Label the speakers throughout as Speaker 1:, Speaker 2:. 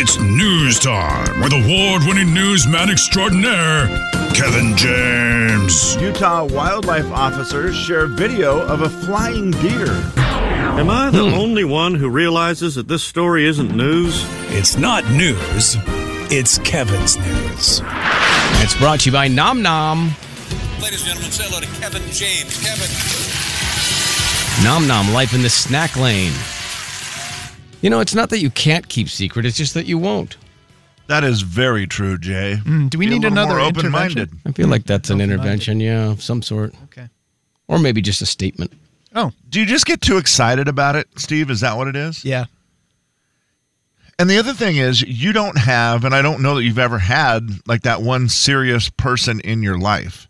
Speaker 1: It's news time with award winning newsman extraordinaire, Kevin James.
Speaker 2: Utah wildlife officers share video of a flying deer.
Speaker 3: Am I the only one who realizes that this story isn't news?
Speaker 1: It's not news, it's Kevin's news.
Speaker 4: It's brought to you by Nom Nom.
Speaker 5: Ladies and gentlemen, say hello to Kevin James. Kevin.
Speaker 4: Nom Nom, life in the snack lane. You know, it's not that you can't keep secret, it's just that you won't.
Speaker 2: That is very true, Jay.
Speaker 6: Do Hmm.
Speaker 2: Be
Speaker 6: we
Speaker 2: a
Speaker 6: need
Speaker 2: little
Speaker 6: another
Speaker 2: more
Speaker 6: intervention?
Speaker 2: open-minded.
Speaker 4: I feel like that's an intervention, yeah, of some sort.
Speaker 6: Okay.
Speaker 4: Or maybe just a statement.
Speaker 6: Oh,
Speaker 2: Do you just get too excited about it, Steve? Is that what it is?
Speaker 6: yeah.
Speaker 2: And the other thing is, you don't have, and I don't know that you've ever had, like that one serious person in your life.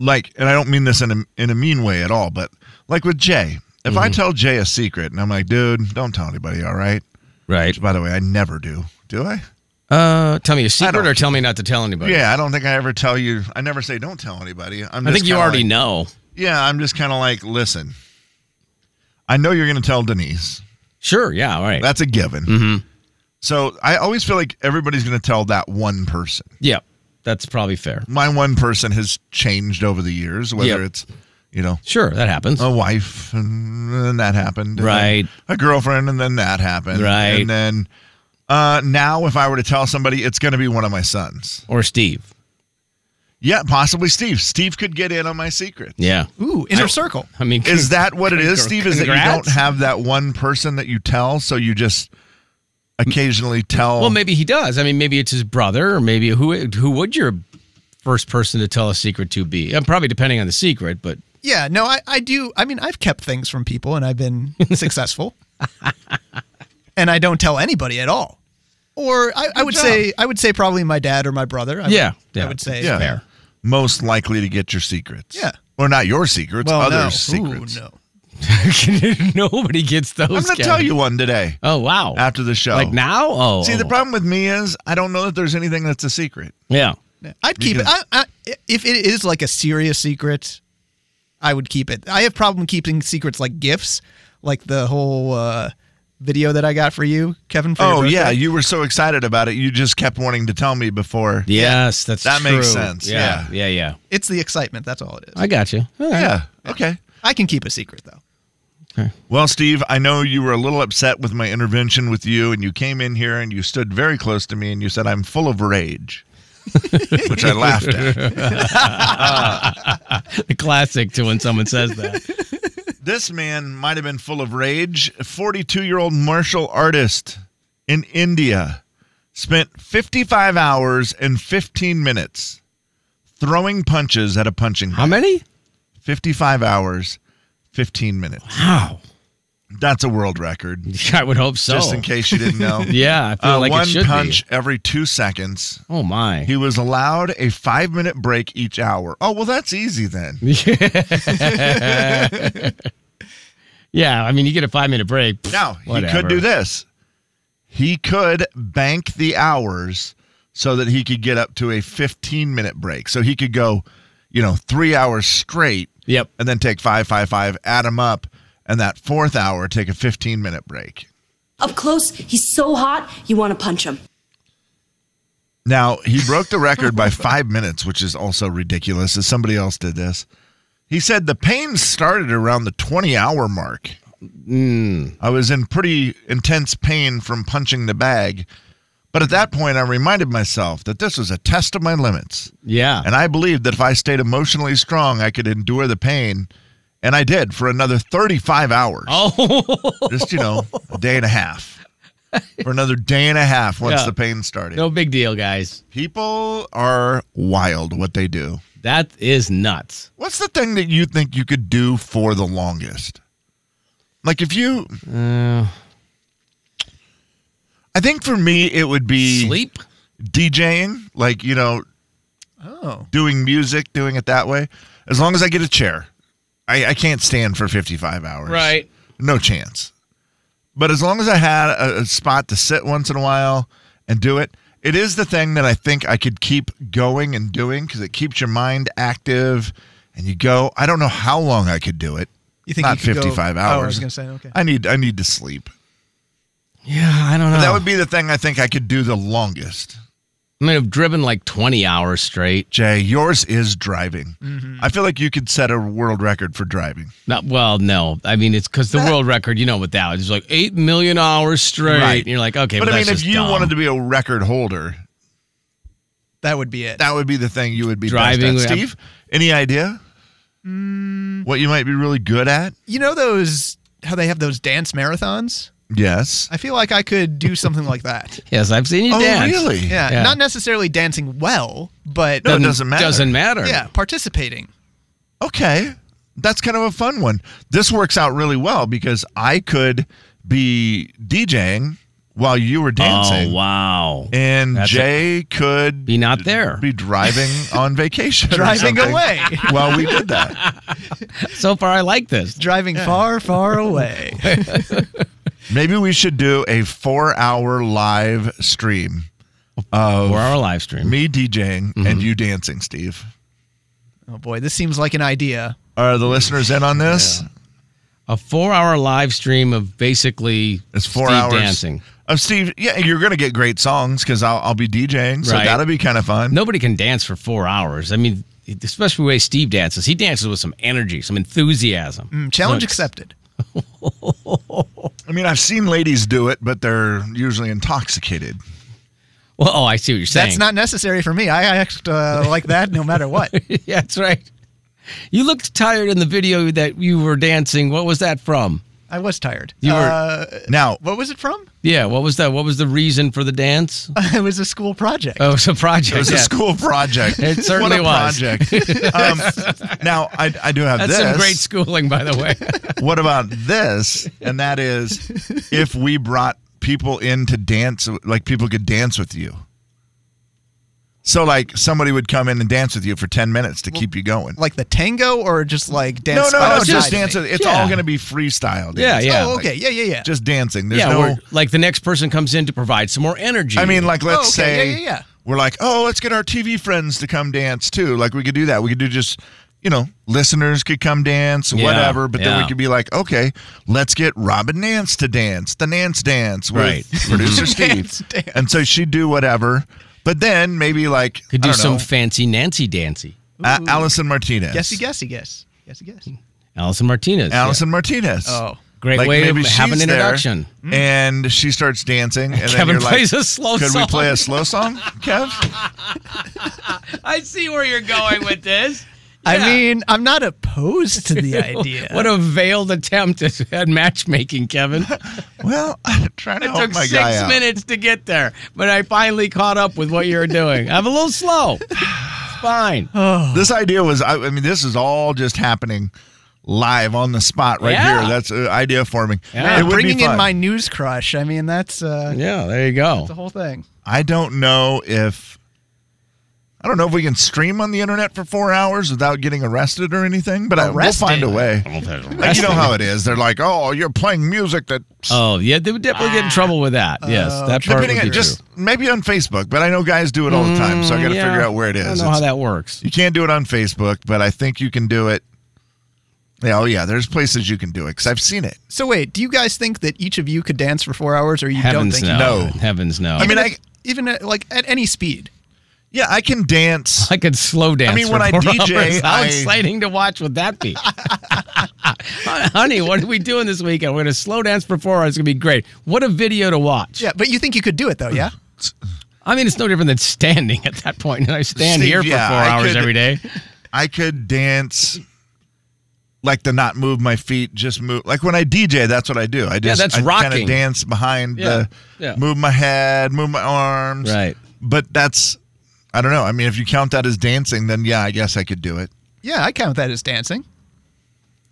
Speaker 2: Like, and I don't mean this in a, in a mean way at all, but like with Jay, if
Speaker 6: Mm-hmm.
Speaker 2: I tell Jay a secret and I'm like, dude, don't tell anybody, all right?
Speaker 4: Right.
Speaker 2: Which, by the way, I never do. Do I?
Speaker 4: Uh, tell me a
Speaker 2: I don't-
Speaker 4: secret or tell me not to tell anybody.
Speaker 2: Yeah, I don't think I ever tell you. I never say, don't tell anybody. I'm just
Speaker 4: I think you
Speaker 2: kinda
Speaker 4: already
Speaker 2: like-
Speaker 4: know.
Speaker 2: Yeah, I'm just kind of like, listen, I know you're going to tell Denise.
Speaker 4: Sure, yeah, all right.
Speaker 2: That's a given.
Speaker 4: Mm-hmm.
Speaker 2: So I always feel like everybody's going to tell that one person.
Speaker 4: yeah, that's probably fair.
Speaker 2: My one person has changed over the years, whether
Speaker 4: Yep.
Speaker 2: it's, you know,
Speaker 4: Sure, that happens.
Speaker 2: a wife and then that happened. and then
Speaker 4: Right.
Speaker 2: A girlfriend and then that happened.
Speaker 4: Right.
Speaker 2: And then uh, now if I were to tell somebody, it's going to be one of my sons.
Speaker 4: Or Steve.
Speaker 2: Yeah, possibly Steve. Steve could get in on my secret.
Speaker 4: Yeah.
Speaker 6: Ooh, inner circle.
Speaker 4: I mean,
Speaker 2: Is that what it is, Steve? Is that you
Speaker 4: Congrats.
Speaker 2: don't have that one person that you tell, so you just occasionally tell?
Speaker 4: Well, maybe he does. I mean, maybe it's his brother, or maybe who who would your first person to tell a secret to be? Uh, probably depending on the secret, but
Speaker 6: Yeah, no, I, I do. I mean, I've kept things from people and I've been successful. and I don't tell anybody at all. Or I, I would say I would say probably my dad or my brother. I
Speaker 4: Yeah,
Speaker 6: would,
Speaker 4: yeah.
Speaker 6: I would say
Speaker 2: yeah, most likely to get your secrets.
Speaker 6: Yeah.
Speaker 2: or not your secrets,
Speaker 6: Well,
Speaker 2: other
Speaker 6: no.
Speaker 2: secrets.
Speaker 6: Ooh, no.
Speaker 4: nobody gets those.
Speaker 2: I'm going to
Speaker 4: Kevin.
Speaker 2: tell you one today
Speaker 4: Oh wow!
Speaker 2: after the show.
Speaker 4: like now? Oh,
Speaker 2: See, the
Speaker 4: oh.
Speaker 2: problem with me is I don't know that there's anything that's a secret.
Speaker 4: Yeah,
Speaker 6: No. I'd keep it. I, I, if it is like a serious secret, I would keep it. I have problem keeping secrets like gifts, like the whole uh, video that I got for you, Kevin. For your
Speaker 2: Oh yeah,
Speaker 6: birthday.
Speaker 2: you were so excited about it, you just kept wanting to tell me before.
Speaker 4: yes, that's
Speaker 2: That makes
Speaker 4: true.
Speaker 2: sense,
Speaker 4: Yeah, yeah, yeah.
Speaker 6: it's the excitement. That's all it is.
Speaker 4: I got you. All right.
Speaker 2: Yeah. Okay.
Speaker 6: I can keep a secret though.
Speaker 2: Well, Steve, I know you were a little upset with my intervention with you, and you came in here and you stood very close to me and you said, I'm full of rage, which I laughed at.
Speaker 4: the classic to when someone says that.
Speaker 2: This man might have been full of rage. A 42 year old martial artist in India spent 55 hours and 15 minutes throwing punches at a punching
Speaker 4: How
Speaker 2: bag.
Speaker 4: many?
Speaker 2: 55 hours, 15 minutes.
Speaker 4: Wow!
Speaker 2: That's a world record,
Speaker 4: I would hope so.
Speaker 2: just in case you didn't know.
Speaker 4: Yeah, I feel
Speaker 2: Uh,
Speaker 4: like it
Speaker 2: one
Speaker 4: should
Speaker 2: punch
Speaker 4: be.
Speaker 2: every two seconds.
Speaker 4: Oh my!
Speaker 2: He was allowed a five minute break each hour. Oh, well, that's easy then.
Speaker 4: Yeah, I mean, you get a five minute break. Pfft,
Speaker 2: Now, he
Speaker 4: whatever.
Speaker 2: could do this. He could bank the hours so that he could get up to a 15 minute break. So he could go, you know, three hours straight
Speaker 4: Yep.
Speaker 2: and then take five, five, five, add them up, and that fourth hour take a 15 minute break.
Speaker 7: Up close, he's so hot, you want to punch him.
Speaker 2: Now, he broke the record by five minutes, which is also ridiculous, as somebody else did this. He said the pain started around the 20 hour mark. I was in pretty intense pain from punching the bag. But at that point, I reminded myself that this was a test of my limits.
Speaker 4: Yeah.
Speaker 2: And I believed that if I stayed emotionally strong, I could endure the pain. And I did for another 35 hours.
Speaker 4: Oh,
Speaker 2: Just, you know, a day and a half. For another day and a half once
Speaker 4: Yeah.
Speaker 2: the pain started.
Speaker 4: no big deal, guys.
Speaker 2: People are wild what they do.
Speaker 4: That is nuts.
Speaker 2: What's the thing that you think you could do for the longest? Like if you
Speaker 4: Uh.
Speaker 2: I think for me it would be
Speaker 4: Sleep?
Speaker 2: DJing, like you know,
Speaker 6: Oh,
Speaker 2: doing music, doing it that way. As long as I get a chair. I, I can't stand for 55 hours.
Speaker 4: Right.
Speaker 2: No chance. But as long as I had a, a spot to sit once in a while and do it, it is the thing that I think I could keep going and doing because it keeps your mind active and you go. I don't know how long I could do it.
Speaker 6: you think
Speaker 2: Not
Speaker 6: you could go-
Speaker 2: 55
Speaker 6: Oh, I was
Speaker 2: hours.
Speaker 6: gonna say okay.
Speaker 2: I need I need to sleep.
Speaker 4: Yeah, I don't know.
Speaker 2: That would would be the thing I think I could do the longest.
Speaker 4: I mean, I've driven like 20 hours straight.
Speaker 2: Jay, yours is driving.
Speaker 6: Mm-hmm.
Speaker 2: I feel like you could set a world record for driving.
Speaker 4: Not, well, no. I mean, it's because the world record, you know what that was. It's like 8 million hours straight.
Speaker 2: Right.
Speaker 4: And you're like, okay,
Speaker 2: but
Speaker 4: well,
Speaker 2: I mean,
Speaker 4: that's
Speaker 2: if
Speaker 4: just
Speaker 2: you
Speaker 4: dumb.
Speaker 2: wanted to be a record holder,
Speaker 6: That would be it.
Speaker 2: that would be the thing you would be
Speaker 4: Driving,
Speaker 2: Driving,
Speaker 4: I'm-
Speaker 2: Steve, any idea
Speaker 6: Mm.
Speaker 2: what you might be really good at?
Speaker 6: you know those how they have those dance marathons?
Speaker 2: Yes.
Speaker 6: I feel like I could do something like that.
Speaker 4: Yes, I've seen you
Speaker 2: Oh,
Speaker 4: dance.
Speaker 2: really?
Speaker 6: Yeah,
Speaker 4: Yeah.
Speaker 6: not necessarily dancing well, but
Speaker 2: No, it doesn't matter.
Speaker 4: Doesn't matter.
Speaker 6: yeah, participating.
Speaker 2: Okay. That's kind of a fun one. This works out really well because I could be DJing while you were dancing.
Speaker 4: Oh, wow.
Speaker 2: And
Speaker 4: That's
Speaker 2: Jay could
Speaker 4: Be not there.
Speaker 2: be driving on vacation. or
Speaker 6: Driving
Speaker 2: something
Speaker 6: away.
Speaker 2: While we did that.
Speaker 4: So far, I like this.
Speaker 6: Driving far, far away.
Speaker 2: Maybe we should do a four hour live stream.
Speaker 4: For our live stream.
Speaker 2: Me DJing
Speaker 4: Mm-hmm.
Speaker 2: and you dancing, Steve.
Speaker 6: oh boy, this seems like an idea.
Speaker 2: Are the listeners in on this?
Speaker 4: A four hour live stream of basically
Speaker 2: It's four
Speaker 4: Steve
Speaker 2: hours
Speaker 4: dancing.
Speaker 2: of Steve. Yeah, you're gonna get great songs because I'll, I'll be DJing, so
Speaker 4: Right.
Speaker 2: that'll be kind of fun.
Speaker 4: Nobody can dance for four hours. I mean, especially the way Steve dances. He dances with some energy, some enthusiasm.
Speaker 6: Mm, Challenge
Speaker 4: So-
Speaker 6: accepted.
Speaker 2: I mean, I've seen ladies do it, but they're usually intoxicated.
Speaker 4: Well, oh, I see what you're saying.
Speaker 6: That's not necessary for me. I act uh, like that no matter what.
Speaker 4: yeah, that's right. You looked tired in the video that you were dancing. What was that from?
Speaker 6: I was tired.
Speaker 4: You were-
Speaker 6: Uh,
Speaker 2: Now,
Speaker 6: what was it from?
Speaker 4: Yeah, what was that? What was the reason for the dance?
Speaker 6: it was a school project.
Speaker 2: Uh,
Speaker 4: Oh, it's a project.
Speaker 2: it was
Speaker 4: yeah.
Speaker 2: a school project.
Speaker 4: It certainly
Speaker 2: what a
Speaker 4: was.
Speaker 2: project. um, now, I, I do have
Speaker 4: That's
Speaker 2: this.
Speaker 4: some great schooling, by the way.
Speaker 2: What about this? And that is, if we brought people in to dance, like people could dance with you. So, like somebody would come in and dance with you for ten minutes to keep you going.
Speaker 6: Like the tango or just like dance?
Speaker 2: no, no,
Speaker 6: by
Speaker 2: no,
Speaker 6: the
Speaker 2: just
Speaker 6: side of
Speaker 2: dance.
Speaker 6: me?
Speaker 2: with- It's
Speaker 4: Yeah.
Speaker 2: all going to be freestyle.
Speaker 4: Yeah,
Speaker 2: dance.
Speaker 4: yeah.
Speaker 6: Oh, okay. Yeah, yeah, yeah.
Speaker 2: just dancing. There's
Speaker 4: yeah,
Speaker 2: no.
Speaker 4: we're- like the next person comes in to provide some more energy.
Speaker 2: I mean, like, let's
Speaker 4: Oh,
Speaker 6: okay,
Speaker 2: say
Speaker 6: yeah, yeah, yeah.
Speaker 2: we're like, oh, let's get our TV friends to come dance too. Like, we could do that. We could do just, you know, listeners could come dance,
Speaker 4: Yeah,
Speaker 2: whatever. But then
Speaker 4: yeah.
Speaker 2: we could be like, okay, let's get Robin Nance to dance, the Nance dance with
Speaker 4: Right.
Speaker 2: producer Steve.
Speaker 6: Nance dance.
Speaker 2: And so she'd do whatever. But then maybe like I
Speaker 4: could do
Speaker 2: don't
Speaker 4: some
Speaker 2: know,
Speaker 4: fancy Nancy dancy.
Speaker 2: A- Allison Martinez.
Speaker 6: Guessy, guessy, guess. Guessy, guess.
Speaker 4: Allison Martinez. yeah.
Speaker 2: Allison Martinez.
Speaker 6: Oh.
Speaker 4: Great
Speaker 2: Like,
Speaker 4: way to
Speaker 2: maybe
Speaker 4: have an
Speaker 2: she's there,
Speaker 4: introduction.
Speaker 2: and she starts dancing, and then
Speaker 4: Kevin
Speaker 2: you're like,
Speaker 4: plays a slow
Speaker 2: Could we
Speaker 4: song."
Speaker 2: play a slow song, Kev?
Speaker 4: I see where you're going with this. Yeah.
Speaker 6: I mean, I'm not opposed to the idea.
Speaker 4: What a veiled attempt at matchmaking, Kevin.
Speaker 2: Well, I'm trying to
Speaker 4: It
Speaker 2: help
Speaker 4: took
Speaker 2: Oh my
Speaker 4: six
Speaker 2: guy out.
Speaker 4: minutes to get there, but I finally caught up with what you were doing. I'm a little slow. It's fine.
Speaker 2: This idea was, I, I mean, this is all just happening live on the spot right
Speaker 4: Yeah.
Speaker 2: here. That's uh, idea forming.
Speaker 4: Yeah.
Speaker 2: It would be
Speaker 6: bringing in
Speaker 2: fun.
Speaker 6: my news crush. I mean, that's uh,
Speaker 4: Yeah, there you go.
Speaker 6: the whole thing.
Speaker 2: I don't know if, I don't know if we can stream on the internet for four hours without getting arrested or anything, but I, we'll
Speaker 6: Arrested?
Speaker 2: find a way. Like, you know how it is. They're like, oh, you're playing music that.
Speaker 4: Oh, yeah, they would definitely
Speaker 2: Ah.
Speaker 4: get in trouble with that. Yes, that part would
Speaker 2: Depending
Speaker 4: be
Speaker 2: on just
Speaker 4: true.
Speaker 2: maybe on Facebook, but I know guys do it all the time, so I got to
Speaker 4: Mm, Yeah,
Speaker 2: figure out where it is.
Speaker 4: I don't know
Speaker 2: It's-
Speaker 4: how that works.
Speaker 2: You can't do it on Facebook, but I think you can do it. Yeah, oh yeah, there's places you can do it because I've seen it.
Speaker 6: So wait, do you guys think that each of you could dance for four hours, or you don't
Speaker 4: Heavens
Speaker 6: think?
Speaker 4: no.
Speaker 6: You
Speaker 2: No.
Speaker 4: Heavens no.
Speaker 2: I mean,
Speaker 6: Even
Speaker 2: I-
Speaker 6: if- even at, like at any speed.
Speaker 2: Yeah, I can dance.
Speaker 4: I could slow dance.
Speaker 2: mean,
Speaker 4: for
Speaker 2: when I
Speaker 4: four
Speaker 2: DJ,
Speaker 4: hours. how
Speaker 2: I-
Speaker 4: exciting to watch would that be? Honey, what are we doing this weekend? We're going to slow dance for four hours. It's going to be great. What a video to watch.
Speaker 6: Yeah, but you think you could do it though? Yeah.
Speaker 4: I mean, it's no different than standing at that point. I stand
Speaker 2: Steve,
Speaker 4: here for
Speaker 2: yeah,
Speaker 4: four
Speaker 2: I
Speaker 4: hours
Speaker 2: could-
Speaker 4: every day.
Speaker 2: I could dance like to not move my feet, just move. Like when I DJ, that's what I do. I just
Speaker 4: that's
Speaker 2: I
Speaker 4: rocking.
Speaker 2: Kind of dance behind the
Speaker 4: Yeah, yeah.
Speaker 2: move my head, move my arms.
Speaker 4: Right.
Speaker 2: But that's I don't know. I mean, if you count that as dancing, then yeah, I guess I could do it.
Speaker 6: Yeah, I count that as dancing.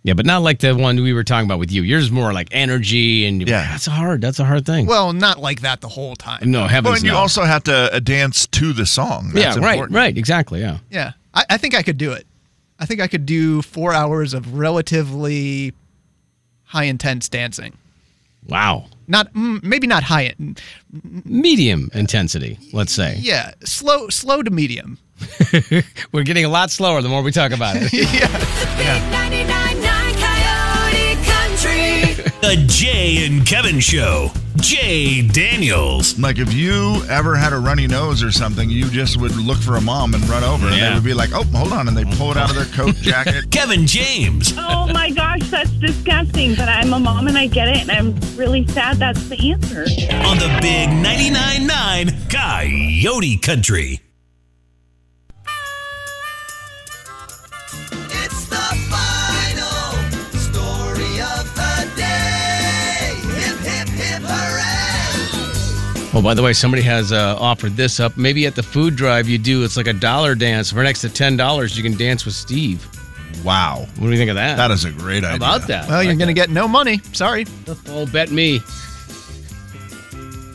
Speaker 4: Yeah, but not like the one we were talking about with you. Yours is more like energy and
Speaker 2: Yeah.
Speaker 4: That's hard. That's a hard thing.
Speaker 6: Well, not like that the whole time.
Speaker 4: no,
Speaker 2: Well,
Speaker 4: heavens
Speaker 2: and you
Speaker 4: no.
Speaker 2: also have to uh, dance to the song.
Speaker 4: yeah,
Speaker 2: That's
Speaker 4: right,
Speaker 2: important.
Speaker 4: right, exactly. Yeah.
Speaker 6: Yeah, I, I think I could do it. I think I could do four hours of relatively high intense dancing.
Speaker 4: Wow.
Speaker 6: Not mm, maybe not high. in-
Speaker 4: Medium intensity, let's say.
Speaker 6: Yeah, slow, slow to medium.
Speaker 4: We're getting a lot slower the more we talk about it.
Speaker 8: The Jay and Kevin Show. Jay Daniels.
Speaker 2: Like if you ever had a runny nose or something, you just would look for a mom and run over, and they
Speaker 4: Yeah.
Speaker 2: would be like, "Oh, hold on," and they pull it out of their coat jacket.
Speaker 8: Kevin James.
Speaker 9: Oh my gosh, that's disgusting. But I'm a mom and I get it, and I'm really sad that's the answer.
Speaker 8: on the big 99.9 9 Coyote Country.
Speaker 10: It's the final story of the day. Hip, hip, hip, hooray.
Speaker 4: Oh, by the way, somebody has uh, offered this up. Maybe at the food drive you do, it's like a dollar dance. For an extra $10, you can dance with Steve.
Speaker 2: Wow,
Speaker 4: What do you think of that?
Speaker 2: that is a great idea.
Speaker 4: How about that?
Speaker 6: Well, you're going to get no money. Sorry.
Speaker 4: Oh, bet me.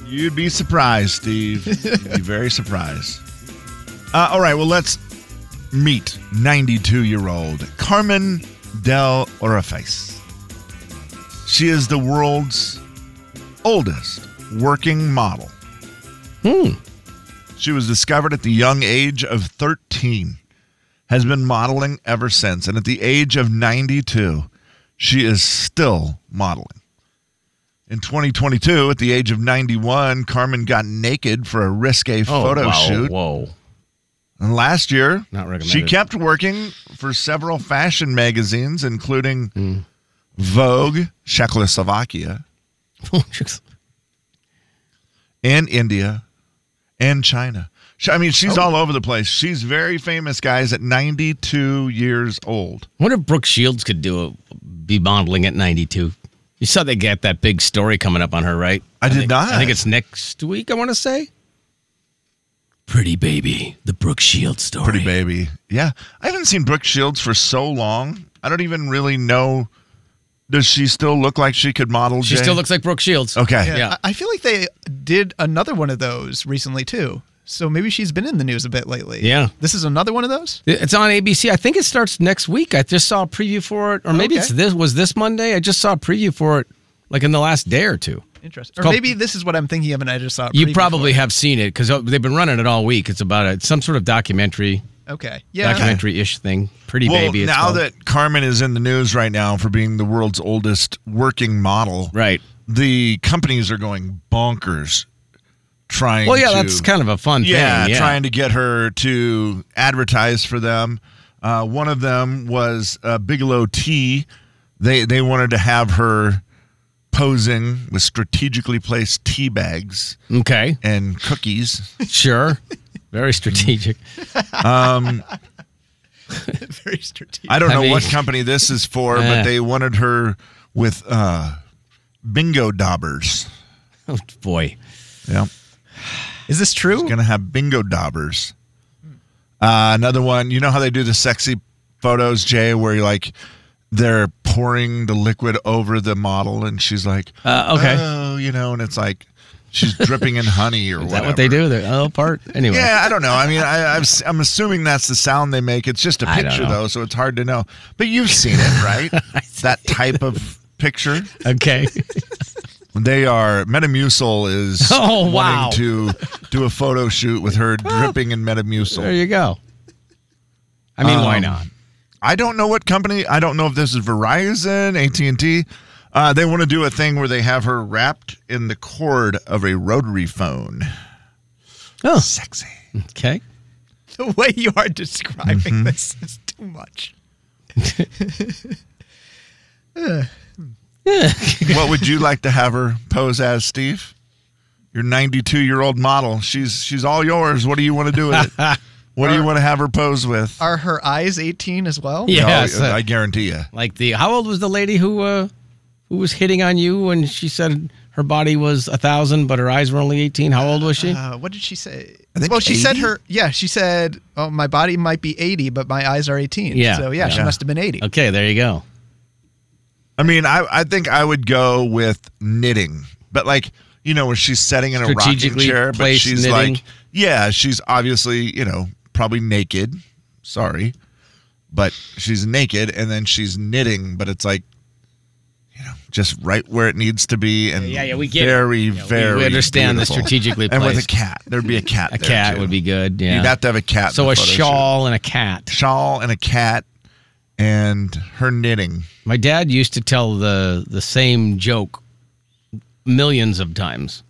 Speaker 2: You'd be surprised, Steve. You'd be very surprised. Uh, all right, well, let's meet 92 year old Carmen Del Orifice. She is the world's oldest working model. Hmm. She was discovered at the young age of 13, has been modeling ever since. And at the age of 92, she is still modeling. In 2022, at the age of 91, Carmen got naked for a risque
Speaker 4: Oh,
Speaker 2: photo
Speaker 4: wow,
Speaker 2: shoot.
Speaker 4: Whoa.
Speaker 2: And last year,
Speaker 4: Not recommended.
Speaker 2: she kept working for several fashion magazines, including Vogue, Czechoslovakia, and India, and China. She- I mean,
Speaker 4: Oh.
Speaker 2: she's all over the place. She's very famous, guys, at 92 years old.
Speaker 4: I wonder if Brooke Shields could do a, be modeling at 92. You saw they got that big story coming up on her, right?
Speaker 2: I did
Speaker 4: think-
Speaker 2: not.
Speaker 4: I think it's next week, I want to say. Pretty Baby, the Brooke Shields story.
Speaker 2: Pretty baby. Yeah. I haven't seen Brooke Shields for so long. I don't even really know. Does she still look like she could model?
Speaker 4: She
Speaker 2: Jay?
Speaker 4: still looks like Brooke Shields.
Speaker 2: Okay.
Speaker 4: Yeah.
Speaker 6: I, I feel like they did another one of those recently, too. So maybe she's been in the news a bit lately.
Speaker 4: Yeah.
Speaker 6: This is another one of those?
Speaker 4: It's on ABC. I think it starts next week. I just saw a preview for it, or maybe
Speaker 6: Okay.
Speaker 4: it's this was this Monday. I just saw a preview for it, like in the last day or two.
Speaker 6: Interesting. Or
Speaker 4: called-
Speaker 6: maybe this is what I'm thinking of and I just saw it.
Speaker 4: You probably have seen it because they've been running it all week. It's about a, some sort of documentary,
Speaker 6: Okay. Yeah.
Speaker 4: documentary ish thing. Pretty
Speaker 2: Well,
Speaker 4: baby. It's
Speaker 2: now
Speaker 4: called.
Speaker 2: that Carmen is in the news right now for being the world's oldest working model,
Speaker 4: right.
Speaker 2: the companies are going bonkers trying
Speaker 4: Well, yeah,
Speaker 2: to,
Speaker 4: that's kind of a fun
Speaker 2: yeah,
Speaker 4: thing. Yeah,
Speaker 2: trying to get her to advertise for them. Uh, one of them was uh, Bigelow Tea. They they wanted to have her posing with strategically placed tea bags
Speaker 4: Okay,
Speaker 2: and cookies.
Speaker 4: sure. Very strategic.
Speaker 6: Very strategic.
Speaker 2: I don't
Speaker 4: I
Speaker 2: know
Speaker 4: mean-
Speaker 2: what company this is for, but
Speaker 4: Uh.
Speaker 2: they wanted her with uh, bingo daubers.
Speaker 4: Oh boy.
Speaker 2: Yeah.
Speaker 6: Is this true?
Speaker 2: gonna have bingo daubers. Uh, another one. You know how they do the sexy photos, Jay, where like they're pouring the liquid over the model, and she's like,
Speaker 4: Uh, okay.
Speaker 2: oh, you know," and it's like she's dripping in honey or
Speaker 4: Is that what they do? The oh part. Anyway.
Speaker 2: Yeah, I don't know. I mean, I, I've, I'm assuming that's the sound they make. It's just a
Speaker 4: I don't
Speaker 2: picture
Speaker 4: know.
Speaker 2: though, so it's hard to know. But you've seen it, right? that type of picture.
Speaker 4: Okay.
Speaker 2: They are Metamucil is
Speaker 4: Oh,
Speaker 2: wanting
Speaker 4: wow.
Speaker 2: to do a photo shoot with her dripping in Metamucil.
Speaker 4: there you go. I mean, why
Speaker 2: Um,
Speaker 4: not?
Speaker 2: I don't know what company. I don't know if this is Verizon, AT and T. Uh, they want to do a thing where they have her wrapped in the cord of a rotary phone.
Speaker 4: Oh,
Speaker 2: Sexy.
Speaker 4: okay.
Speaker 6: The way you are describing
Speaker 4: Mm-hmm.
Speaker 6: this is too much.
Speaker 2: what would you like to have her pose as, Steve? Your 92 year old model. She's she's all yours. What do you want to do with it? What do you want to have her pose with?
Speaker 6: Are her eyes 18 as well?
Speaker 4: Yeah.
Speaker 2: No,
Speaker 4: Yes.
Speaker 2: I guarantee you.
Speaker 4: Like the how old was the lady who uh who was hitting on you when she said her body was a thousand but her eyes were only eighteen? How old was she?
Speaker 6: Uh, what did she say?
Speaker 2: I think
Speaker 6: well, she said
Speaker 2: 80?
Speaker 6: her. Yeah, she said, "Oh, my body might be 80, but my eyes are 18."
Speaker 4: Yeah.
Speaker 6: So yeah, she
Speaker 4: Yeah.
Speaker 6: must have been 80.
Speaker 4: okay, there you go.
Speaker 2: I mean, I, I think I would go with knitting, but like you know, where she's sitting in a rocking
Speaker 4: Strategically
Speaker 2: chair, but
Speaker 4: placed
Speaker 2: she's
Speaker 4: knitting.
Speaker 2: like, yeah, she's obviously you know probably naked. Sorry, but she's naked, and then she's knitting, but it's like. you know, Just right where it needs to be, and
Speaker 4: Yeah, yeah, we get it.
Speaker 2: very,
Speaker 4: Yeah, we- we
Speaker 2: very.
Speaker 4: understand the
Speaker 2: beautiful.
Speaker 4: strategically
Speaker 2: and with a
Speaker 4: placed.
Speaker 2: cat, there'd be a cat.
Speaker 4: A
Speaker 2: there,
Speaker 4: cat
Speaker 2: too.
Speaker 4: would be good. Yeah.
Speaker 2: You'd have to have a cat. in
Speaker 4: so
Speaker 2: the
Speaker 4: a
Speaker 2: photo shoot.
Speaker 4: shawl and a cat.
Speaker 2: shawl, and a cat, and her knitting.
Speaker 4: My dad used to tell the the same joke millions of times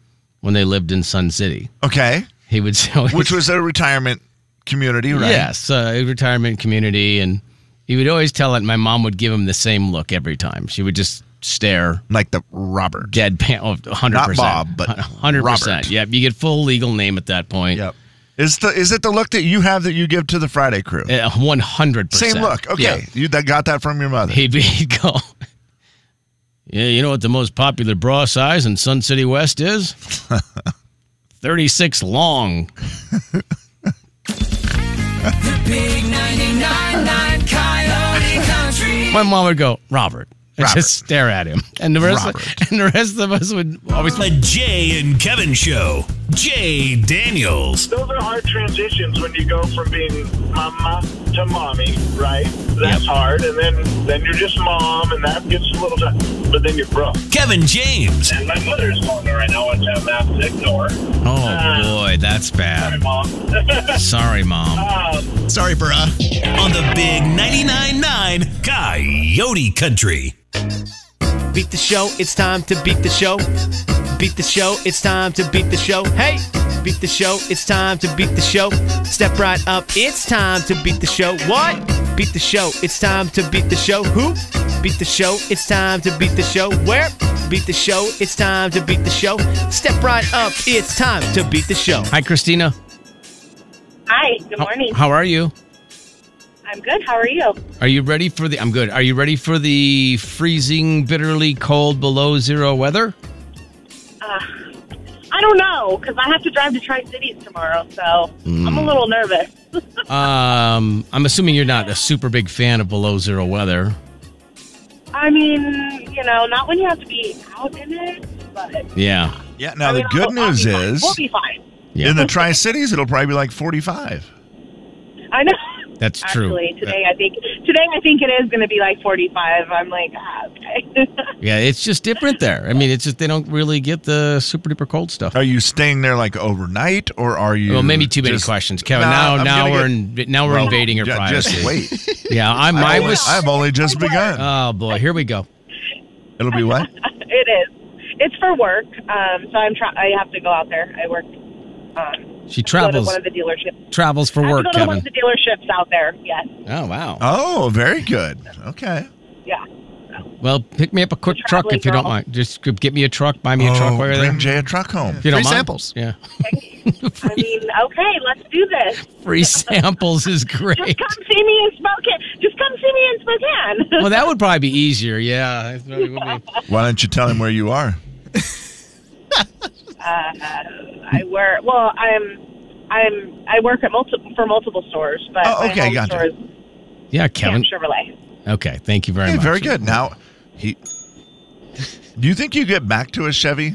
Speaker 4: when they lived in Sun City.
Speaker 2: Okay.
Speaker 4: He would sell
Speaker 2: Which was a retirement community, right?
Speaker 4: Yes, uh, a retirement community, and he would always tell it. and My mom would give him the same look every time. She would just stare,
Speaker 2: Like the Robert.
Speaker 4: deadpan, oh, hundred
Speaker 2: Not Bob,
Speaker 4: percent,
Speaker 2: but
Speaker 4: hundred
Speaker 2: Robert.
Speaker 4: percent. Yep, you get full legal name at that point.
Speaker 2: Yep. Is the is it the look that you have that you give to the Friday crew?
Speaker 4: eh, one hundred percent.
Speaker 2: Same look. Okay. You that got that from your mother.
Speaker 4: he'd, be, he'd go. Yeah, you know what the most popular bra size in Sun City West is? 36 long.
Speaker 10: Big 99.9 Coyote Country.
Speaker 4: My mom would go, Robert. And
Speaker 2: Robert.
Speaker 4: just stare at him. And the rest
Speaker 2: Robert.
Speaker 4: and the rest of us would always
Speaker 8: The Jay and Kevin Show. Jay Daniels.
Speaker 11: Those are hard transitions when you go from being mama to mommy, right? That's hard, and then then you're just mom, and that gets a little tough. But then you're bro.
Speaker 8: Kevin James.
Speaker 11: And my mother's calling me right now, which I'm apt to ignore.
Speaker 4: Oh boy, that's
Speaker 11: Sorry,
Speaker 4: bad.
Speaker 11: mom.
Speaker 4: Sorry, mom.
Speaker 11: um,
Speaker 6: Sorry, bruh.
Speaker 8: On the big 99.9 Coyote Country.
Speaker 12: Beat the show, it's time to beat the show. Beat the show, it's time to beat the show. Hey! Beat the show, it's time to beat the show. Step right up, it's time to beat the show. What? Beat the show, it's time to beat the show. Who? Beat the show, it's time to beat the show. Where? Beat the show, it's time to beat the show. Step right up, it's time to beat the show.
Speaker 4: Hi, Christina.
Speaker 9: Hi, good
Speaker 4: How-
Speaker 9: morning.
Speaker 4: How, are you?
Speaker 9: I'm good. How are you?
Speaker 4: Are you ready for the I'm good. Are you ready for the freezing, bitterly cold below zero weather?
Speaker 9: I don't know because I have to drive to Tri Cities tomorrow, so I'm a
Speaker 2: Mm.
Speaker 9: little nervous.
Speaker 4: Um, I'm assuming you're not a super big fan of below zero weather.
Speaker 9: I mean, you know, not when you have to be out in it, but
Speaker 4: Yeah.
Speaker 2: yeah. Now
Speaker 9: I mean,
Speaker 2: the good
Speaker 9: I'll- I'll
Speaker 2: news
Speaker 9: be fine.
Speaker 2: is
Speaker 9: we'll be fine.
Speaker 4: Yeah.
Speaker 2: in the Tri Cities it'll probably be like forty five.
Speaker 9: I know.
Speaker 4: That's true.
Speaker 9: Actually, today I think today I think it is going to be like 45. I'm like, ah, okay.
Speaker 4: Uh, Yeah, it's just different there. I mean, it's just they don't really get the super duper cold stuff.
Speaker 2: Are you staying there like overnight or are you
Speaker 4: Well, maybe too many
Speaker 2: just-
Speaker 4: questions, Kevin.
Speaker 2: Nah,
Speaker 4: now,
Speaker 2: I'm
Speaker 4: now
Speaker 2: gonna
Speaker 4: we're
Speaker 2: get-
Speaker 4: in, now we're
Speaker 2: Well,
Speaker 4: invading her
Speaker 2: ju-
Speaker 4: privacy.
Speaker 2: Just wait.
Speaker 4: Yeah, I'm. I
Speaker 2: I've only-
Speaker 4: was.
Speaker 2: I've only just begun.
Speaker 4: oh boy, here we go.
Speaker 2: It'll be what?
Speaker 9: it is. It's for work, um, so I'm try- I have to go out there. I work. Um,
Speaker 4: She
Speaker 9: Go to
Speaker 4: travels
Speaker 9: one of the dealerships.
Speaker 4: travels for
Speaker 9: I have
Speaker 4: work,
Speaker 9: to go to one
Speaker 4: Kevin.
Speaker 9: of the dealerships out there. Yes.
Speaker 4: Oh wow.
Speaker 2: Oh, very good. Okay.
Speaker 9: Yeah.
Speaker 4: Well, pick me up a quick
Speaker 9: The
Speaker 4: truck if you don't
Speaker 9: traveling
Speaker 4: mind. Just g- get me a truck. Buy me a truck
Speaker 2: Oh,
Speaker 4: while you're there.
Speaker 2: bring Jay a truck home.
Speaker 4: If you don't
Speaker 6: Free
Speaker 4: mind.
Speaker 6: samples.
Speaker 4: Yeah.
Speaker 9: I mean, okay, let's do this.
Speaker 4: Free samples is great.
Speaker 9: Just come see me in Spokane. Just come see me in Spokane.
Speaker 4: Well, that would probably be easier. Yeah. it probably would be.
Speaker 2: Why don't you tell him where you are?
Speaker 9: Uh, I work. Well, I'm. I'm. I work at multiple for multiple stores, but
Speaker 2: Oh, okay,
Speaker 9: my home
Speaker 2: gotcha.
Speaker 9: store is
Speaker 4: Yeah, Kevin.
Speaker 9: Camp Chevrolet.
Speaker 4: Okay. Thank you very
Speaker 2: Hey,
Speaker 4: much.
Speaker 2: very good. Now, he. Do you think you get back to a Chevy?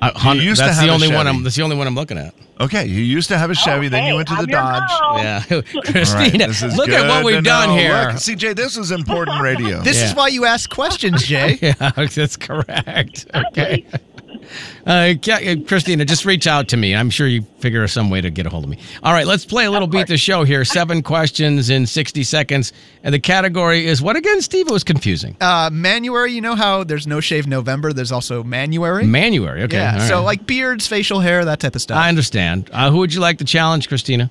Speaker 4: Uh, Honda-
Speaker 2: used to
Speaker 4: that's
Speaker 2: have
Speaker 4: the
Speaker 2: a
Speaker 4: only one.
Speaker 2: Chevy.
Speaker 4: I'm. That's the only one I'm looking at.
Speaker 2: Okay, you used to have a Chevy, then you
Speaker 9: Okay,
Speaker 2: went to the
Speaker 9: I'm your
Speaker 2: Dodge.
Speaker 9: girl.
Speaker 4: Yeah,
Speaker 2: All right,
Speaker 4: Christina,
Speaker 2: this is
Speaker 4: look at
Speaker 2: good
Speaker 4: what
Speaker 2: to
Speaker 4: we've done
Speaker 2: know.
Speaker 4: here.
Speaker 2: Look, CJ, this is important radio.
Speaker 6: This
Speaker 4: Yeah.
Speaker 6: is why you ask questions, Jay.
Speaker 4: Yeah, that's correct. Okay. Uh, Ca- uh, Christina, just reach out to me. I'm sure you figure some way to get a hold of me. All right, let's play a little beat the show here. Seven questions in 60 seconds. And the category is what again, Steve? It was confusing.
Speaker 6: Uh, Manuary, you know how there's no shave November. There's also Manuary.
Speaker 4: Manuary. Okay.
Speaker 6: yeah.
Speaker 4: all
Speaker 6: So
Speaker 4: right.
Speaker 6: like beards, facial hair, that type of stuff.
Speaker 4: I understand. Uh, who would you like to challenge, Christina?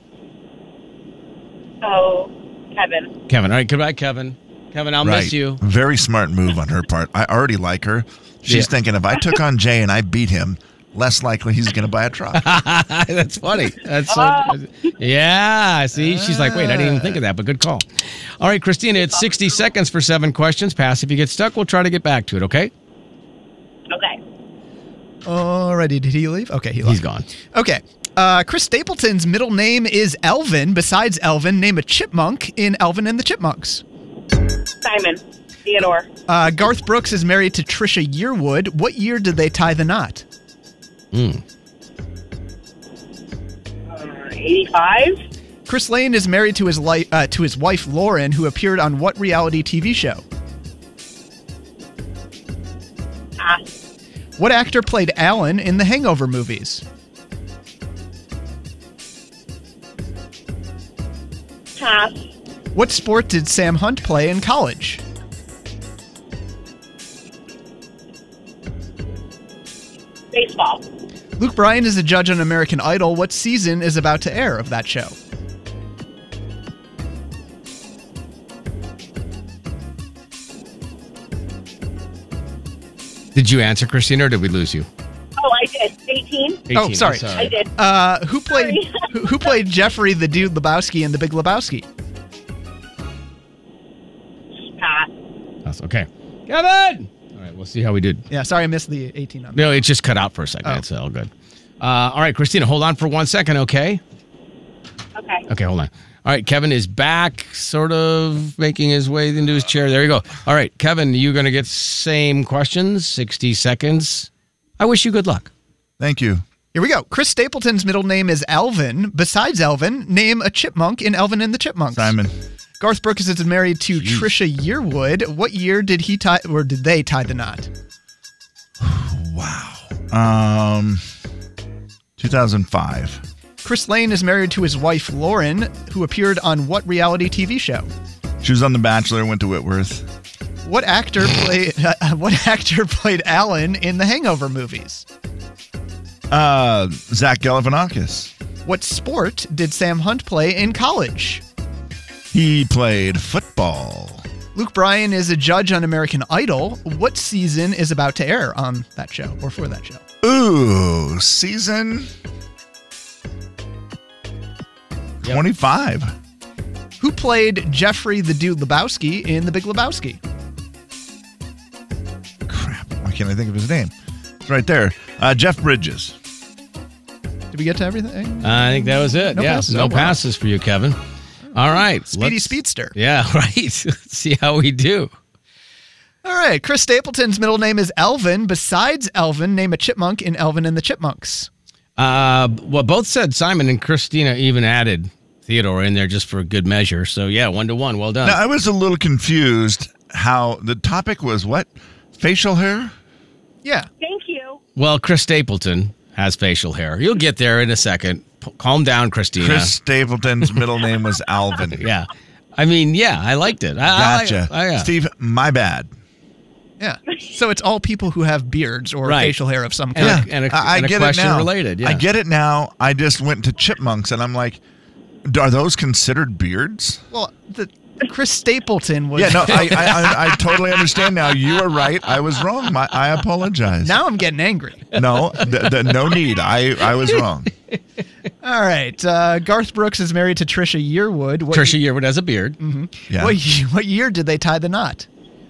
Speaker 9: Oh, Kevin.
Speaker 4: Kevin. All right. Goodbye, Kevin. Kevin, I'll
Speaker 2: right.
Speaker 4: miss you.
Speaker 2: Very smart move on her part. I already like her. She's
Speaker 4: Yeah.
Speaker 2: thinking if I took on Jay and I beat him, less likely he's going to buy a truck.
Speaker 4: That's funny. That's so, yeah. See, she's like, wait, I didn't even think of that, but good call. All right, Christina, it's 60 seconds for seven questions. Pass. If you get stuck, we'll try to get back to it. Okay,
Speaker 9: Okay.
Speaker 6: Alrighty, did he leave? Okay, he left.
Speaker 4: he's gone.
Speaker 6: Okay. Uh, Chris Stapleton's middle name is Elvin. Besides Elvin, name a chipmunk in Elvin and the Chipmunks.
Speaker 9: Simon. Theodore.
Speaker 6: Uh, Garth Brooks is married to Trisha Yearwood. What year did they tie the knot?
Speaker 9: Uh, 85.
Speaker 6: Chris Lane is married to his li- uh, to his wife Lauren, who appeared on what reality TV show?
Speaker 9: Ah,
Speaker 6: What actor played Alan in the Hangover movies?
Speaker 9: pass.
Speaker 6: What sport did Sam Hunt play in college?
Speaker 9: baseball.
Speaker 6: Luke Bryan is a judge on American Idol. What season is about to air of that show?
Speaker 4: Did you answer, Christina, or did we lose you?
Speaker 9: Oh, I did. 18?
Speaker 6: oh,
Speaker 4: 18,
Speaker 6: sorry.
Speaker 4: I'm sorry.
Speaker 9: I did.
Speaker 6: Uh, who played who, who played Jeffrey the Dude Lebowski in The Big Lebowski?
Speaker 9: Pass.
Speaker 4: That's okay. Kevin! All right, we'll see how we did.
Speaker 6: Yeah, sorry, I missed the 18 on that.
Speaker 4: No, it just cut out for a second.
Speaker 6: Oh.
Speaker 4: It's all good. Uh, all right, Christina, hold on for one second, okay?
Speaker 9: Okay.
Speaker 4: Okay, hold on. All right, Kevin is back, sort of making his way into his chair. There you go. All right, Kevin, you going to get same questions, 60 seconds. I wish you good luck.
Speaker 2: Thank you.
Speaker 6: Here we go. Chris Stapleton's middle name is Alvin. Besides Alvin, name a chipmunk in Alvin and the Chipmunks.
Speaker 2: Simon.
Speaker 6: Garth Brooks is married to Trisha Yearwood. What year did he tie or did they tie the knot?
Speaker 2: Um, 2005.
Speaker 6: Chris Lane is married to his wife Lauren, who appeared on what reality TV show?
Speaker 2: She was on The Bachelor, went to Whitworth.
Speaker 6: What actor played what actor played Alan in the Hangover movies?
Speaker 2: Uh, Zach Galifianakis.
Speaker 6: What sport did Sam Hunt play in college?
Speaker 2: He played football.
Speaker 6: Luke Bryan is a judge on American Idol. What season is about to air on that show or for that show?
Speaker 2: Ooh, season 25.
Speaker 6: Who played Jeffrey the Dude Lebowski in The Big Lebowski?
Speaker 2: Why can't I think of his name? It's right there. Uh, Jeff Bridges.
Speaker 6: Did we get to everything?
Speaker 4: I think that was it.
Speaker 6: No
Speaker 4: yeah,
Speaker 6: passes.
Speaker 4: no
Speaker 6: Oh, wow.
Speaker 4: passes for you, Kevin. All right.
Speaker 6: Speedy
Speaker 4: let's-
Speaker 6: Speedster.
Speaker 4: Yeah, right. Let's see how we do.
Speaker 6: All right. Chris Stapleton's middle name is Elvin. Besides Elvin, name a chipmunk in Elvin and the Chipmunks.
Speaker 4: Uh, well, both said Simon and Christina even added Theodore in there just for good measure. So, yeah, one to one. Well done.
Speaker 2: Now, I was a little confused how the topic was what? Facial hair?
Speaker 6: Yeah.
Speaker 9: Thank you.
Speaker 4: Well, Chris Stapleton has facial hair. You'll get there in a second. P- calm down, Christina.
Speaker 2: Chris Stapleton's middle name was Alvin.
Speaker 4: Yeah. I mean, yeah, I liked it. I, I-
Speaker 2: Gotcha.
Speaker 4: I- yeah.
Speaker 2: Steve, my bad.
Speaker 6: Yeah. So it's all people who have beards or
Speaker 4: Right.
Speaker 6: facial hair of some
Speaker 4: And,
Speaker 6: kind.
Speaker 4: a, and, a,
Speaker 2: I, I
Speaker 4: and a
Speaker 2: get
Speaker 4: question
Speaker 2: it now.
Speaker 4: related. Yeah.
Speaker 2: I get it now. I just went to chipmunks and I'm like, are those considered beards?
Speaker 6: Well, the, Chris Stapleton was.
Speaker 2: Yeah, no, I, I, I, I totally understand now. You are right. I was wrong. My, I apologize.
Speaker 6: now I'm getting angry.
Speaker 2: No, th- th- no need. I, I was wrong.
Speaker 6: All right. Uh, Garth Brooks is married to Trisha Yearwood. What
Speaker 4: Trisha Yearwood has a beard.
Speaker 2: Yeah.
Speaker 6: What, ye- what year did they tie the knot?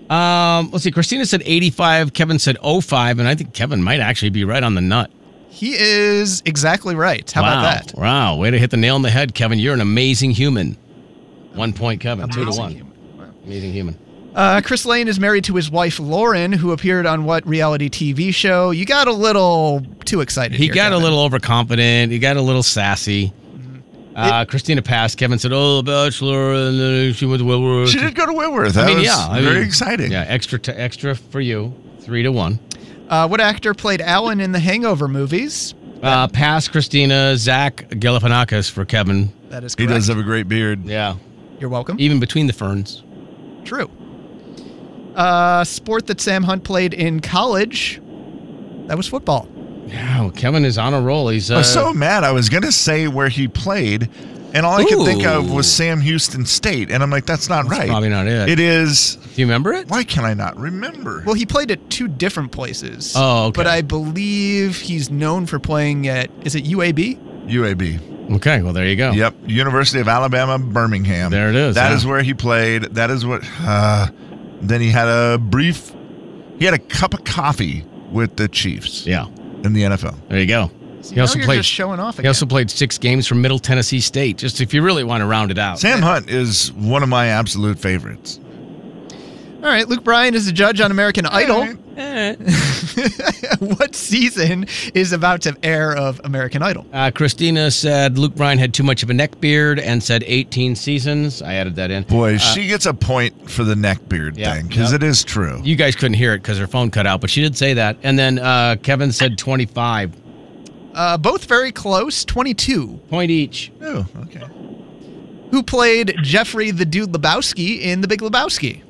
Speaker 4: Um, let's see. Christina said 85. Kevin said 05. And I think Kevin might actually be right on the nut.
Speaker 6: He is exactly right. How
Speaker 4: wow.
Speaker 6: about that?
Speaker 4: Wow. Way to hit the nail on the head, Kevin. You're an amazing human. One point, Kevin. Two to
Speaker 6: Amazing
Speaker 4: one. Amazing human.
Speaker 6: Uh, Chris Lane is married to his wife Lauren, who appeared on what reality TV show? You got a little too excited.
Speaker 4: He
Speaker 6: here,
Speaker 4: got a
Speaker 6: Kevin.
Speaker 4: little overconfident. He got a little sassy.
Speaker 2: Mm-hmm.
Speaker 4: Uh, Christina passed. Kevin said, "Oh, the Bachelor," and then she went to Wilbur.
Speaker 2: She did go to Whitworth. That
Speaker 4: I mean,
Speaker 2: was
Speaker 4: yeah, I
Speaker 2: very
Speaker 4: mean,
Speaker 2: exciting.
Speaker 4: Yeah, extra to extra for you, three to one.
Speaker 6: Uh, what actor played Alan in the Hangover movies?
Speaker 4: Uh, pass Christina, Zach Galifianakis for Kevin.
Speaker 6: That is
Speaker 2: He
Speaker 6: correct.
Speaker 2: does have a great beard.
Speaker 4: Yeah,
Speaker 6: You're welcome.
Speaker 4: even between the ferns.
Speaker 6: True. Uh, sport that Sam Hunt played in college. That was football.
Speaker 4: Yeah, well, Kevin is on a roll. He's
Speaker 2: I
Speaker 4: uh,
Speaker 2: was Oh, so mad. I was gonna say where he played, and all I could think of was
Speaker 4: Ooh.
Speaker 2: Sam Houston State, and I'm like, that's not right.
Speaker 4: probably not it.
Speaker 2: It is.
Speaker 4: Do you remember it?
Speaker 2: Why can I not remember?
Speaker 6: Well, he played at two different places.
Speaker 4: Oh, okay.
Speaker 6: But I believe he's known for playing at is it UAB?
Speaker 2: UAB.
Speaker 4: Okay, well there you go.
Speaker 2: Yep. University of Alabama, Birmingham.
Speaker 4: Oh. There it is,
Speaker 2: That is
Speaker 4: yeah.
Speaker 2: where he played. That is what. Uh, then he had a brief. He had a cup of coffee with the Chiefs
Speaker 4: Yeah,
Speaker 2: in the NFL.
Speaker 4: there you go.
Speaker 6: So
Speaker 4: He
Speaker 6: now
Speaker 4: also
Speaker 6: you're
Speaker 4: played.
Speaker 6: just showing off
Speaker 4: He
Speaker 6: again.
Speaker 4: also played six games for Middle Tennessee State. Just if you really want to round it out.
Speaker 2: Sam Hunt is one of my absolute favorites.
Speaker 6: All right, Luke Bryan is a judge on American Idol.
Speaker 4: Eh.
Speaker 6: what season is about to air of American Idol?
Speaker 4: Uh, Christina said Luke Bryan had too much of a neck beard and said 18 seasons. I added that in.
Speaker 2: Boy, she gets a point for the neck beard
Speaker 4: Uh, yeah,
Speaker 2: thing because
Speaker 4: yeah.
Speaker 2: it is true.
Speaker 4: You guys couldn't hear it because her phone cut out, but she did say that. And then uh, Kevin said 25.
Speaker 6: Uh, both very close, 22.
Speaker 4: Point each.
Speaker 2: oh, okay.
Speaker 6: Who played Jeffrey the Dude Lebowski in The Big Lebowski?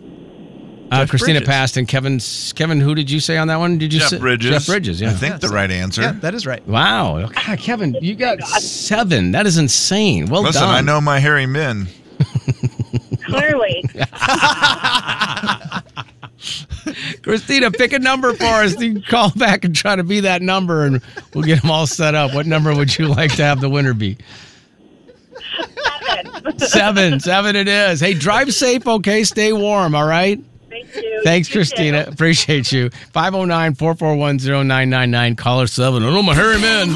Speaker 4: Uh,
Speaker 6: Jeff
Speaker 4: Christina
Speaker 6: Bridges.
Speaker 4: Paston, Kevin, Kevin, who did you say on that one? Did you
Speaker 2: Jeff
Speaker 4: say
Speaker 2: Bridges.
Speaker 4: Jeff Bridges, yeah.
Speaker 2: I think the right answer.
Speaker 6: Yeah, that is right.
Speaker 4: Wow, God, Ah, Kevin, you got seven. That is insane. Well
Speaker 2: Listen,
Speaker 4: done.
Speaker 2: I know my hairy men.
Speaker 9: Clearly.
Speaker 4: Christina, pick a number for us. You can call back and try to be that number, and we'll get them all set up. What number would you like to have the winner be? Seven, seven it is. Hey, drive safe, okay? Stay warm, all right?
Speaker 9: Thank you.
Speaker 4: Thanks,
Speaker 9: You
Speaker 4: Christina.
Speaker 9: too.
Speaker 4: Appreciate you. 509 441 0999, caller seven. I know my hairy men.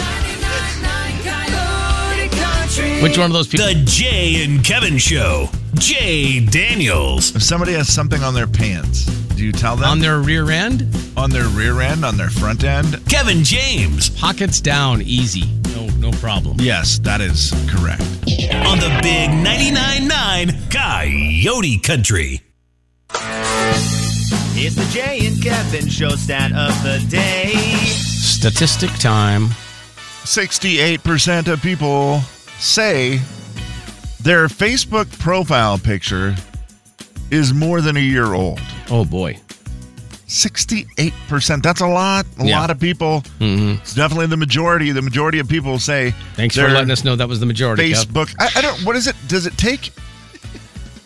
Speaker 4: Which one of those people?
Speaker 8: The Jay and Kevin Show. Jay Daniels.
Speaker 2: If somebody has something on their pants, do you tell them?
Speaker 4: On their rear end?
Speaker 2: On their rear end, on their front end?
Speaker 8: Kevin James
Speaker 4: Pockets down, easy. No, no problem.
Speaker 2: Yes, that is correct.
Speaker 8: on the Big 99.9 Coyote Country.
Speaker 12: It's the Jay and Kevin show stat of the day.
Speaker 4: Statistic time.
Speaker 2: 68% of people say their Facebook profile picture is more than a year old.
Speaker 4: Oh, boy.
Speaker 2: 68%. That's a lot. A
Speaker 4: Yeah.
Speaker 2: lot of people.
Speaker 4: hmm
Speaker 2: It's definitely the majority. The majority of people say
Speaker 4: Thanks for
Speaker 2: their
Speaker 4: letting us know that was the majority. Kev.
Speaker 2: Facebook. I, I don't. What is it? Does it take?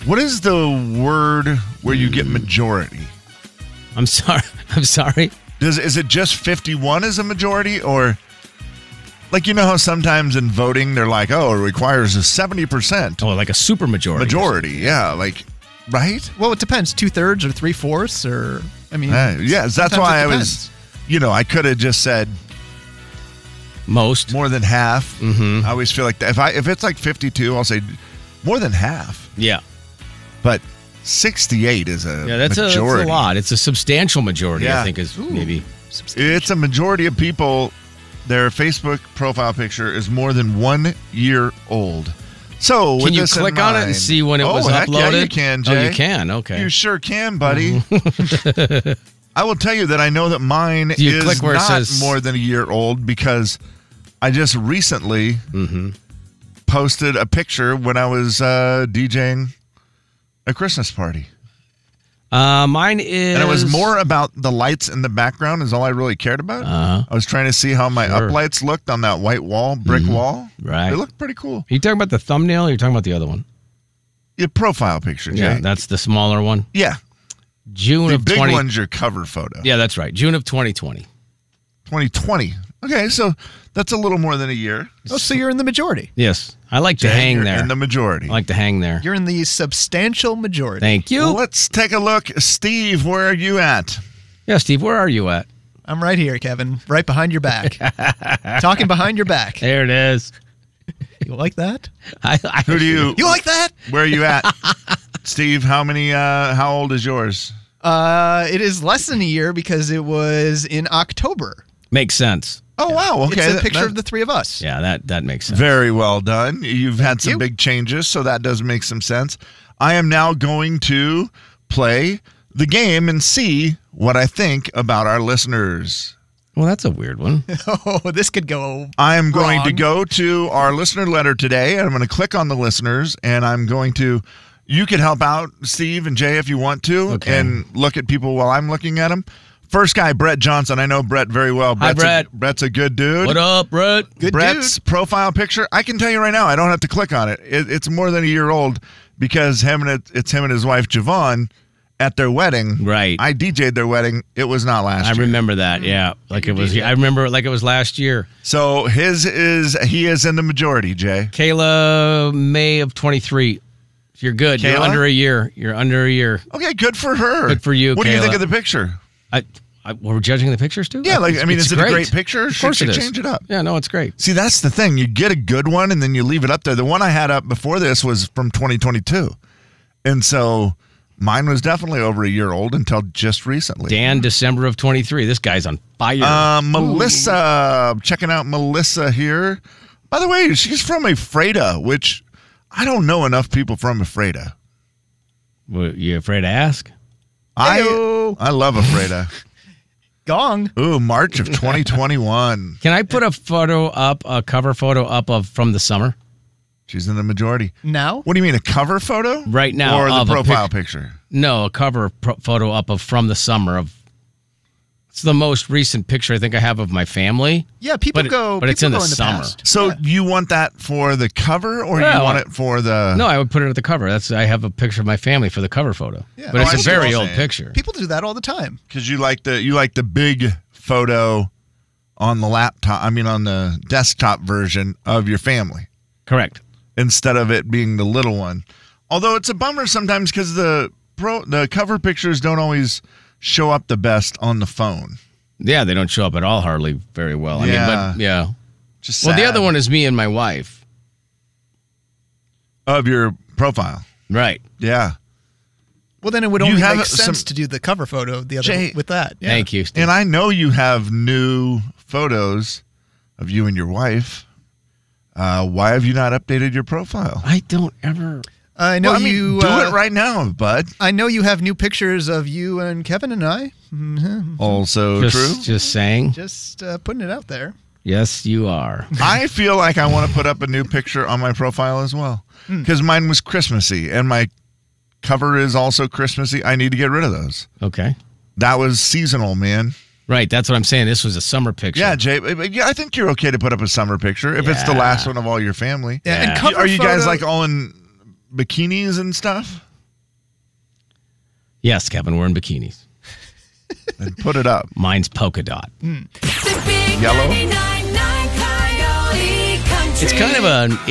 Speaker 2: What is the word where you
Speaker 4: Hmm.
Speaker 2: get majority?
Speaker 4: I'm sorry. I'm sorry.
Speaker 2: Does is it just fifty-one is a majority or? Like you know how sometimes in voting they're like, oh, it requires a seventy percent
Speaker 4: Oh, like a super majority.
Speaker 2: majority. Yeah, like right.
Speaker 6: Well, it depends. Two thirds or three fourths, or I
Speaker 4: Hmm.
Speaker 6: mean,
Speaker 2: Uh, yes, that's
Speaker 6: sometimes
Speaker 2: why
Speaker 6: it
Speaker 2: I was.
Speaker 6: depends.
Speaker 2: You know, I could have just said
Speaker 4: Most.
Speaker 2: more than half.
Speaker 4: Mhm.
Speaker 2: I always feel like that. if I if it's like fifty-two, I'll say more than half.
Speaker 4: Yeah.
Speaker 2: But sixty-eight is a
Speaker 4: Yeah, that's a, that's a
Speaker 2: majority.
Speaker 4: lot. It's a substantial majority, I
Speaker 2: Yeah.
Speaker 4: think, is maybe.
Speaker 2: It's a majority of people. Their Facebook profile picture is more than one year old. So
Speaker 4: Can
Speaker 2: with
Speaker 4: you
Speaker 2: this in
Speaker 4: click on it and
Speaker 2: mind-
Speaker 4: see when it
Speaker 2: oh,
Speaker 4: was
Speaker 2: heck
Speaker 4: uploaded?
Speaker 2: Yeah, you can,
Speaker 4: Oh,
Speaker 2: Jay.
Speaker 4: you can. Okay.
Speaker 2: You sure can, buddy. I will tell you that I know that mine
Speaker 4: Do you
Speaker 2: is
Speaker 4: click where it
Speaker 2: not
Speaker 4: says-
Speaker 2: more than a year old because I just recently
Speaker 4: Mm-hmm.
Speaker 2: posted a picture when I was uh, DJing a Christmas party.
Speaker 4: Uh, mine is.
Speaker 2: And it was more about the lights in the background is all I really cared about.
Speaker 4: Uh-huh.
Speaker 2: I was trying to see how my
Speaker 4: Sure. Mm-hmm.
Speaker 2: uplights looked on that white wall, brick wall.
Speaker 4: Right.
Speaker 2: They looked pretty cool.
Speaker 4: Are you talking about the thumbnail or you're talking about the other one?
Speaker 2: Your profile picture, Jay.
Speaker 4: Yeah,
Speaker 2: Yeah.
Speaker 4: that's the smaller one. June
Speaker 2: The
Speaker 4: of
Speaker 2: big
Speaker 4: 20.
Speaker 2: one's your cover photo.
Speaker 4: Yeah, that's right. June of 2020.
Speaker 2: 2020. Okay, so that's a little more than a year.
Speaker 6: Oh, so you're in the majority.
Speaker 4: Yes. I like to
Speaker 2: Jay,
Speaker 4: hang
Speaker 2: you're
Speaker 4: there.
Speaker 2: In the majority.
Speaker 4: I like to hang there.
Speaker 6: You're in the substantial majority.
Speaker 4: Thank you.
Speaker 2: Well, let's take a look. Steve, where are you at?
Speaker 4: Yeah, Steve, where are you at?
Speaker 6: I'm right here, Kevin, right behind your back, talking behind your back.
Speaker 4: There it is.
Speaker 6: You like that?
Speaker 4: I, I,
Speaker 2: Who do you,
Speaker 6: You like that?
Speaker 2: where are you at? Steve, how many, uh, how old is yours?
Speaker 6: Uh, it is less than a year because it was in October.
Speaker 4: Makes sense.
Speaker 2: Oh, wow. Okay.
Speaker 6: it's a
Speaker 2: that-
Speaker 6: picture
Speaker 2: that-
Speaker 6: of the three of us.
Speaker 4: Yeah, that, that makes sense.
Speaker 2: Very well done. You've had some
Speaker 6: you.
Speaker 2: big changes, so that does make some sense. I am now going to play the game and see what I think about our listeners.
Speaker 4: Well, that's a weird one.
Speaker 6: Oh, this could go.
Speaker 2: I am going to
Speaker 6: Wrong.
Speaker 2: go to our listener letter today, and I'm going to click on the listeners, and I'm going to. You can help out Steve and Jay if you want to,
Speaker 4: Okay.
Speaker 2: and look at people while I'm looking at them. First guy, Brett Johnson. I know Brett very well.
Speaker 4: Hi,
Speaker 2: Brett's
Speaker 4: Brett.
Speaker 2: A, Brett's a good dude.
Speaker 4: what up, Brett?
Speaker 6: Good
Speaker 2: Brett's
Speaker 6: dude.
Speaker 2: profile picture. I can tell you right now, I don't have to click on it. it it's more than a year old because him and it, it's him and his wife Javon at their wedding.
Speaker 4: Right.
Speaker 2: I DJ'd their wedding. It was not last
Speaker 4: I
Speaker 2: year.
Speaker 4: remember that. Yeah, like it was. I remember it like it was last year.
Speaker 2: So his is he is in the majority, Jay.
Speaker 4: Kayla May of 23. You're good. You're
Speaker 2: Kayla?
Speaker 4: under a year. You're under a year.
Speaker 2: Okay, good for her.
Speaker 4: Good for you,
Speaker 2: What do you
Speaker 4: Kayla.
Speaker 2: think of the picture?
Speaker 4: I, I we're judging the pictures too.
Speaker 2: Yeah, like I mean,
Speaker 4: it's
Speaker 2: is it a great picture?
Speaker 4: Of
Speaker 2: Should
Speaker 4: course
Speaker 2: she
Speaker 4: it is.
Speaker 2: change it up?
Speaker 4: Yeah, no, it's great.
Speaker 2: See, that's the thing. You get a good one and then you leave it up there. The one I had up before this was from 2022. And so mine was definitely over a year old until just recently.
Speaker 4: Dan, December of 23. This guy's on fire.
Speaker 2: Uh, Melissa, checking out Melissa here. By the way, she's from Ephrata, which I don't know enough people from Ephrata.
Speaker 4: What, you afraid to ask?
Speaker 2: I I love Ephrata.
Speaker 6: Gong.
Speaker 2: Ooh, March of 2021.
Speaker 4: Can I put a photo up, a cover photo up of from the summer
Speaker 2: She's in the majority.
Speaker 6: Now?
Speaker 2: What do you mean, a cover photo?
Speaker 4: Right now,
Speaker 2: or the
Speaker 4: of a
Speaker 2: profile
Speaker 4: pic-
Speaker 2: picture?
Speaker 4: No, a cover pro- photo up of from the summer of. It's the most recent picture I think I have of my family.
Speaker 6: Yeah, people
Speaker 4: But it-
Speaker 6: go.
Speaker 4: but it's
Speaker 6: people
Speaker 4: in the
Speaker 6: go in the
Speaker 4: summer.
Speaker 6: past.
Speaker 2: So you want that for the cover, or
Speaker 4: Well,
Speaker 2: you want it for the?
Speaker 4: no, I would put it at the cover. That's I have a picture of my family for the cover photo.
Speaker 6: Yeah.
Speaker 4: But
Speaker 6: Oh,
Speaker 4: it's
Speaker 6: I
Speaker 4: a
Speaker 6: see what
Speaker 4: very
Speaker 6: you're
Speaker 4: old
Speaker 6: saying.
Speaker 4: picture.
Speaker 6: People do that all the time.
Speaker 2: because you like the you like the big photo on the laptop. I mean, on the desktop version of your family.
Speaker 4: Correct.
Speaker 2: Instead of it being the little one, although it's a bummer sometimes because the pro the cover pictures don't always show up the best on the phone.
Speaker 4: Yeah, they don't show up at all hardly very well. I
Speaker 2: Yeah.
Speaker 4: mean, but yeah.
Speaker 2: Just
Speaker 4: well, the
Speaker 2: sad.
Speaker 4: other one is me and my wife.
Speaker 2: Of your profile,
Speaker 4: right?
Speaker 2: Yeah.
Speaker 6: Well, then it would
Speaker 2: You
Speaker 6: only
Speaker 2: have
Speaker 6: make
Speaker 2: some-
Speaker 6: sense to do the cover photo of the other
Speaker 2: Jay-
Speaker 6: with that. Yeah.
Speaker 4: Thank you. Steve.
Speaker 2: And I know you have new photos of you and your wife. Uh, why have you not updated your profile?
Speaker 4: I don't ever.
Speaker 6: I know
Speaker 2: Well, I mean,
Speaker 6: you
Speaker 2: do
Speaker 6: uh,
Speaker 2: it right now, bud.
Speaker 6: I know you have new pictures of you and Kevin and I. Mhm.
Speaker 2: Also
Speaker 4: just,
Speaker 2: true.
Speaker 4: Just saying.
Speaker 6: Just uh, putting it out there.
Speaker 4: Yes, you are.
Speaker 2: I feel like I want to put up a new picture on my profile as well because mine was Christmassy and my cover is also Christmassy. I need to get rid of those.
Speaker 4: Okay.
Speaker 2: That was seasonal, man.
Speaker 4: Right. That's what I'm saying. This was a summer picture.
Speaker 2: Yeah, Jay. but- but Yeah, I think you're okay to put up a summer picture if it's the
Speaker 4: Yeah.
Speaker 2: last one of all your family.
Speaker 6: Yeah, and
Speaker 4: Yeah.
Speaker 6: cover
Speaker 2: Are you guys
Speaker 6: photo-
Speaker 2: like all in bikinis and stuff?
Speaker 4: Yes, Kevin, we're in bikinis.
Speaker 2: And put it up.
Speaker 4: Mine's polka dot.
Speaker 2: Yellow.
Speaker 10: Coyote Country.
Speaker 4: It's kind of an